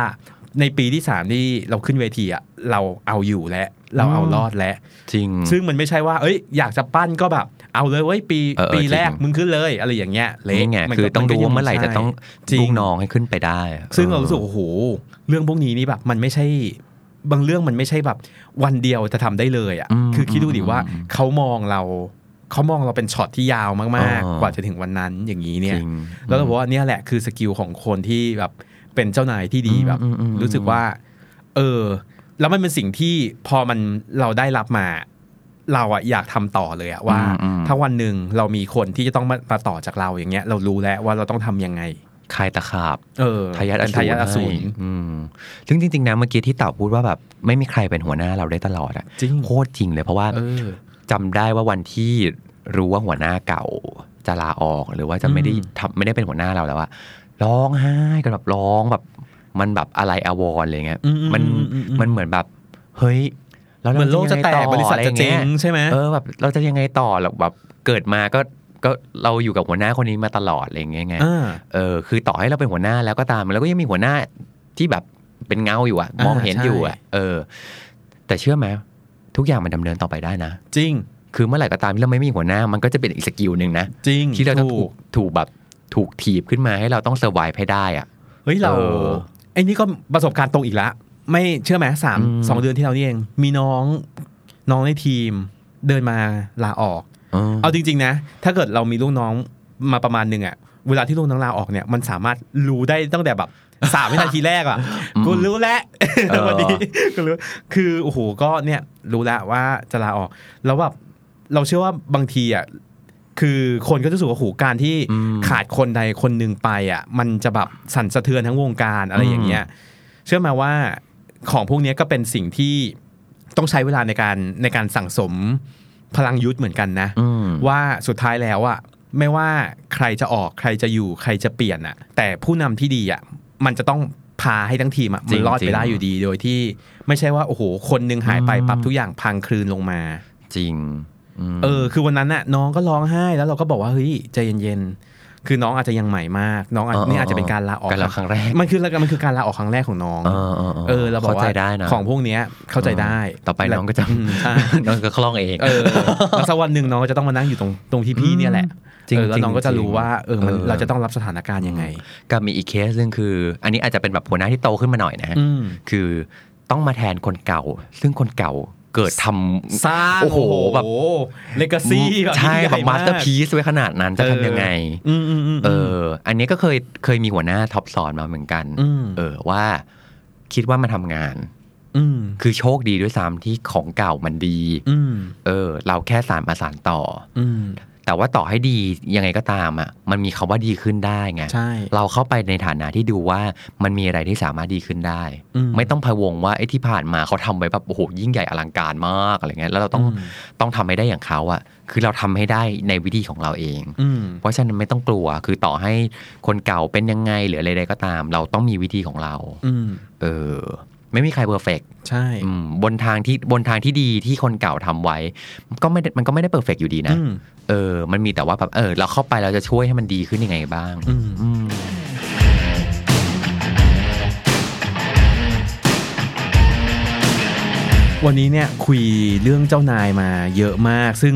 ในปีที่สามที่เราขึ้นเวทีอะเราเอาอยู่และ เราเอารอดและ
จริง
ซึ่งมันไม่ใช่ว่า เอ้ย อยากจะปั้นก็แบบ เอาเลยเว้ยปี
เออเออ
ปีแรก
จริง
มึงขึ้นเลย อะไรอย่างเงี้ยเละ
นี่ไง
มันก็
คือต้อง
นก็
รู้
ยั
ว่าเมื่อไหร่จะต้อง
จริ
ลู
ง
กน้องให้ขึ้นไปได้อะ
ซึ่งเรารู้สึกโอ้โห เรื่องพวกนี้นี่แบบมันไม่ใช่บางเรื่องมันไม่ใช่แบบวันเดียวจะทำได้เลยอ่ะคือคิดดูดิว่าเขามองเราเขามองเราเป็นช็อตที่ยาวมากๆ กว่าจะถึงวันนั้นอย่างนี้เนี่
จ
ย
ริง
แล้วเราบอกว่าเนี่ยแหละคือสกิลของคนที่แบบเป็นเจ้านายที่ดีแบบ
อืมอืมอืม
รู้สึกว่า เออ แล้วมันเป็นสิ่งที่พอมันเราได้รับมา เราอะอยากทำต่อเลยอะว่า ถ้าวันหนึ่งเรามีคนที่จะต้องมามาต่อจากเราอย่างเงี้ย เรารู้แล้วว่าเราต้องทำยังไง
คายตะขาบ
เออ
ทายาทอ
เป็นทายาทอ
สู
สู
ร
ร
อืมซึ่งจริง ๆ นะเมื่อกี้ที่เต่าพูดว่าแบบไม่มีใครเป็นหัวหน้าเราได้ตลอดอะ
จริง
โคตรจริงเลยเพราะว่า
เออ
จำได้ว่าวันที่รู้ว่าหัวหน้าเก่าจะลาออกหรือว่าจะไม่ได้
อืม
ทำไม่ได้เป็นหัวหน้าเราแล้วอะร้องไห้กันแบบร้องแบบมันแบบอะไรอาวรณ์อะไรเงี้ย
อืๆ
มัน
อืๆ
มันเหมือนแบบเฮ้ยแล้ว
เหมือนโลกจะแตกบริษัทจะเจ๊ง
อไรงี้ย
ใช่ไหม
เออแบบเราจะยังไงต่อหรอแบบเกิดมาก็ก็เราอยู่กับหัวหน้าคนนี้มาตลอดอะไรเงี้ยไง เออคือต่อให้เราเป็นหัวหน้าแล้วก็ตามแล้วก็ยังมีหัวหน้าที่แบบเป็นเงาอยู่อะ
อ่าม
มองเห็น
ใช่
อยู่อะเออ แต่เชื่อไหมทุกอย่างมันดำเนินต่อไปได้นะ
จริง
คือเมื่อไหร่ก็ตามที่เราไม่มีหัวหน้ามันก็จะเป็นอีกสกิลหนึ่งนะ
จริง
ที่เราจะถู
ถู
กถูกแบบถูกถีบขึ้นมาให้เราต้องเซอร์ไวฟ์ให้ได้อะ
เฮ้ยเรา
เออ
ไอ้นี่ก็ประสบการณ์ตรงอีกละ ไม่เชื่อไหมสาม
อืม
สองเดือนที่เรานี่เองมีน้องน้องในทีมเดินมาลาออก
เออ
เอาจริง ๆ นะ ถ้าเกิดเรามีลูกน้องมาประมาณหนึ่งอะ เวลาที่ลงนางลาออกเนี่ยมันสามารถรู้ได้ตั้งแต่แบบสามวินาทีแรกอ่ะกูรู้แล้ว
เออ
วันนี้กูรู้คือโอ้โหก็เนี่ยรู้แล้วว่าจะลาออก แล้วแบบเราเชื่อว่าบางทีอ่ะคือคนก็จะรู้สึกว่าโอ้โหูการที่ขาดคนใดคนหนึ่งไปอ่ะมันจะแบบสั่นสะเทือนทั้งวงการอะไรอย่างเงี้ย เชื่อไหมาว่าของพวกเนี้ยก็เป็นสิ่งที่ต้องใช้เวลาในการในการสั่งสมพลังยุทธเหมือนกันนะ
อืม
ว่าสุดท้ายแล้วอะไม่ว่าใครจะออกใครจะอยู่ใครจะเปลี่ยนอะแต่ผู้นำที่ดีอะมันจะต้องพาให้ทั้งทีมอะ
จ
มั
ริ
น
ง
รอด
จริ
ไป
ง
ได้อยู่ดีโดยที่ไม่ใช่ว่าโอ้โหคนหนึงหายไป
อืม
ปรับทุกอย่างพังคลืนลงมา
จริงม
เออ คือวันนั้นน่ะน้องก็ร้องไห้แล้วเราก็บอกว่าเฮ้ยใจเย็นๆคือน้องอาจจะยังใหม่มาก น้องอาจ
เออเออ
นี่อาจจะเป็นการลาออก
การลาครั้งแรก
มันคือมันคือการลาออกครั้งแรกของน้อง
เออ
เออเราบอก
เข้า
ว่า
ใจได้นะ
ของพวกเนี้ยเข้าใจได้
ต่อไปน้องก็จะ
มใช่
น้องก็คล่องเอง
เออแล้วสักวันหนึ่งน้องก็จะต้องมานั่งอยู่ตรงตรงที่พี่เนี่ยแหละ
จริง
เออแล้วน้องก็จะ
ริ
รู้ว่าเออมันเราจะต้องรับสถานการณ์ยังไง
กับมีอีกเคสหนึ่งคือ อันนี้อาจจะเป็นแบบหัวหน้าที่โตขึ้นมาหน่อยนะฮะ
อืม
คือต้องมาแทนคนเก่า ซึ่งคนเก่าเกิดทำ
สร้าง
โอ้โหแบบ
เลกาซี่แบบ
ใช่
ยิ่งห
แบ
ญ่
บมาสเตอร์พีซไว้ขนาดนั้นจะทำยังไง
อืมอืมอืม
เออ อันนี้ก็เคยเคยมีหัวหน้าท็อปสอนมาเหมือนกัน
อืม
เออว่าคิดว่ามาทำงาน
อืม
คือโชคดีด้วยซ้ำที่ของเก่ามันดี
อืม
เออ เราแค่สารมาสารต่อ
อืม
แต่ว่าต่อให้ดียังไงก็ตามอ่ะ มันมีคำว่าดีขึ้นได้ไง
ใช่
เราเข้าไปในฐานะที่ดูว่ามันมีอะไรที่สามารถดีขึ้นได้
อืม
ไม่ต้องพะวงว่าไอ้ที่ผ่านมาเขาทำไว้แบบโอ้โหยิ่งใหญ่อลังการมากอะไรเงี้ยแล้วเราต้อง
อืม
ต้องทำให้ได้อย่างเขาอ่ะ คือเราทำให้ได้ในวิธีของเราเอง
อืม
เพราะฉะนั้นไม่ต้องกลัว คือต่อให้คนเก่าเป็นยังไงหรืออะไรใดก็ตาม เราต้องมีวิธีของเรา
อืม
เออ ไม่มีใครเพอร์เฟก
ใช่
บนทางที่บนทางที่ดีที่คนเก่าทำไว้ ก็ไม่ได้มันก็ไม่ได้เพอร์เฟกอยู่ดีนะ
อืม
เออ มันมีแต่ว่าแบบเออ เราเข้าไปเราจะช่วยให้มันดีขึ้นยังไงบ้าง
อืม
อืม
วันนี้เนี่ยคุยเรื่องเจ้านายมาเยอะมาก ซึ่ง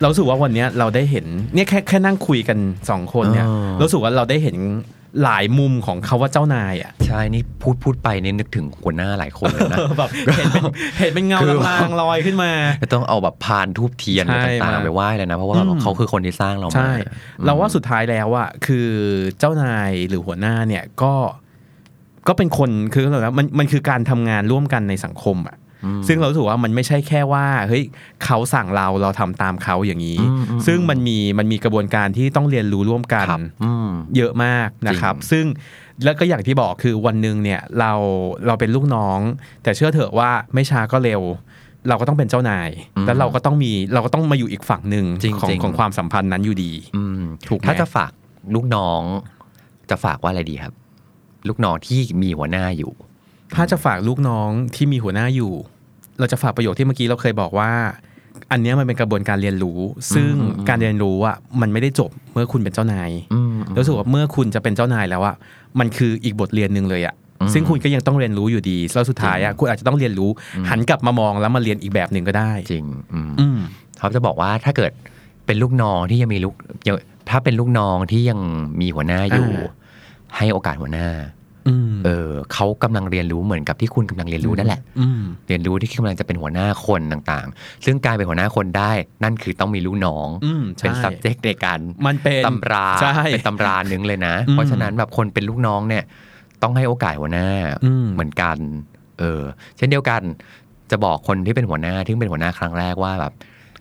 เรารู้สึกว่าวันเนี้ยเราได้เห็นเนี่ยแค่แค่นั่งคุยกันสองคนเนี่ยเรารู้สึกว่าเราได้เห็นหลายมุมของคาว่าเจ้านายอ่ะ
ใช่ นี่พูดพูดไปเนี่ยนึกถึงหัวหน้าหลายคนเลยนะ
เออ แบบเห็นเป็นเห็นเป็นเงา
คือ
ลางๆลอยขึ้นมา
จะต้องเอาแบบพานทูบเทียน
ใช่
ต่าง
มา
ๆไปไหว้เลยนะ เพราะว่า
อืม
เขาคือคนที่สร้างเรามา
ใช่ เราว่าสุดท้ายแล้วอะคือเจ้านายหรือหัวหน้าเนี่ยก็ก็เป็นคนคือเราแล้วมันมันคือการทำงานร่วมกันในสังคมอะ
อืม
ซึ่งเราถือว่ามันไม่ใช่แค่ว่าเฮ้ยเขาสั่งเราเราทำตามเขาอย่างนี้
อืมอืม
ซึ่งมันมีมันมีกระบวนการที่ต้องเรียนรู้ร่วมกัน
ครับ อืม
เยอะมากนะครับ
จริง
ซึ่งแล้วก็อย่างที่บอกคือวันหนึ่งเนี่ยเราเราเป็นลูกน้อง แต่เชื่อเถอะว่าไม่ช้าก็เร็ว เราก็ต้องเป็นเจ้านาย แล้วเราก็ต้องมีเราก็ต้องมาอยู่อีกฝั่งหนึ่ง
จริง
ของ
จริง
ของความสัมพันธ์นั้นอยู่ดี
อืม
ถูกไหม
ถ้าจะฝากลูกน้อง จะฝากว่าอะไรดีครับ ลูกน้องที่มีหัวหน้าอยู่
ถ้าจะฝากลูกน้องที่มีหัวหน้าอยู่ เราจะฝากประโยคที่เมื่อกี้เราเคยบอกว่า อันเนี้ยมันเป็นกระบวนการเรียนรู้ ซึ่งการเรียนรู้อ่ะมันไม่ได้จบเมื่อคุณเป็นเจ้านาย
อืม
แล้วรู้สึกว่าเมื่อคุณจะเป็นเจ้านายแล้วอะมันคืออีกบทเรียนหนึ่งเลยอะ
อืม
ซึ่งคุณก็ยังต้องเรียนรู้อยู่ดีแล้วสุดท้ายอะคุณอาจจะต้องเรียนรู้
อืม
หันกลับมามองแล้วมาเรียนอีกแบบหนึ่งก็ได้
จริง อืม
อืม
เขาจะบอกว่าถ้าเกิดเป็นลูกน้องที่ยังมีลูกยังถ้าเป็นลูกน้องที่ยังมีหัวหน้าอยู่
อ่า
ให้โอกาสหัวหน้า
อืม
เออเขากำลังเรียนรู้เหมือนกับที่คุณกำลังเรียนรู้นั่นแหละ
อืม
เรียนรู้ที่กำลังจะเป็นหัวหน้าคนต่างๆ ซึ่งการเป็นหัวหน้าคนได้ นั่นคือต้องมีลูกน้อง
อืม
เป็น
ใช่
subject ในการ
มันเป็น
ตำรา
ใช่
เป็นตำราหนึ่งเลยนะ
อืม
เพราะฉะนั้นแบบคนเป็นลูกน้องเนี่ย ต้องให้โอกาสหัวหน้า
อืม
เหมือนกัน เออ เช่นเดียวกันจะบอกคนที่เป็นหัวหน้าที่เป็นหัวหน้าครั้งแรกว่าแบบ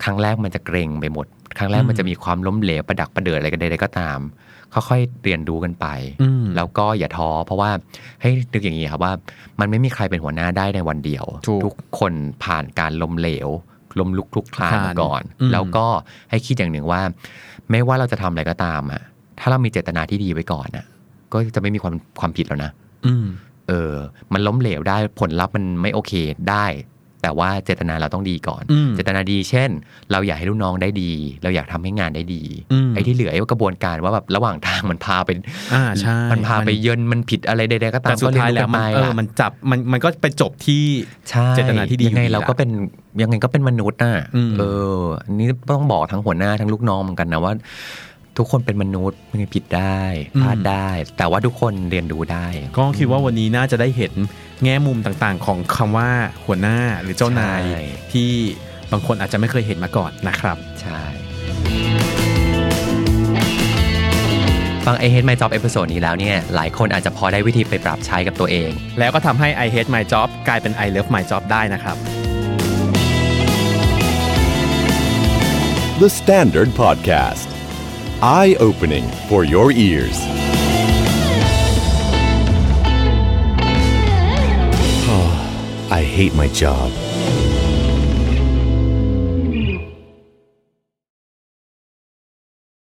ครั้งแรกมันจะเกรงไปหมด ครั้งแรกมันจะมีความล้มเหลวประดักประเดิดอะไรกันใดๆก็ตามค่อยๆเรียนรู้กันไป
อืม
แล้วก็อย่าท้อเพราะว่าให้นึกอย่างนี้ครับว่า มันไม่มีใครเป็นหัวหน้าได้ในวันเดียว
ถูก
ทุกคนผ่านการล้มเหลวล้มลุกคลุกคลาน
คลาน
มาก่อน
อืม
แล้วก็ให้คิดอย่างหนึ่งว่า ไม่ว่าเราจะทำอะไรก็ตามอะถ้าเรามีเจตนาที่ดีไว้ก่อนอะก็จะไม่มีความความผิดแล้วนะ
อืม
เออ มันล้มเหลวได้ผลลัพธ์มันไม่โอเคได้ แต่ว่าเจตนาเราต้องดีก่อน
อืม
เจตนาดีเช่น เราอยากให้ลูกน้องได้ดี เราอยากทำให้งานได้ดี
อืม
ไอ้ที่เหลือไอ้กระบวนการว่าแบบระหว่างทางมันพาไป
อ่าใช่
มันพาไปเยินมันผิดอะไรใดๆก็ตา
แต่
ม
สุดท้าย
ก็
แล้วมันเอ
เรีนรู้
อ
กัไป
มันจับมันมันก็ไปจบที่
ใช่
เจตนาที่ดีอยู่
ยังไงเราก็เป็นยังไงก็เป็นมนุษย์น่ะ
อืม
เอออันนี่ต้องบอกทั้งหัวหน้าทั้งลูกน้องเหมือนกันนะว่า ทุกคนเป็นมนุษย์มันผิดได้พลาดได้ แต่ว่าทุกคนเรียนรู้ได้
ก็คิดว่าวันนี้น่าจะได้เห็นแง่มุมต่างๆ ของคำว่าหัวหน้าหรือเจ้านาย
ใช่
ที่บางคนอาจจะไม่เคยเห็นมาก่อนนะครับ
ใช่ ฟังไอเฮดไมจ็อบเอพิโซดนี้แล้วเนี่ย หลายคนอาจจะพอได้วิธีไปปรับใช้กับตัวเอง
แล้วก็ทำให้ I hate my job กลายเป็น I love my job ได้นะครับ
The Standard Podcast. Eye opening for your ears. I hate my job.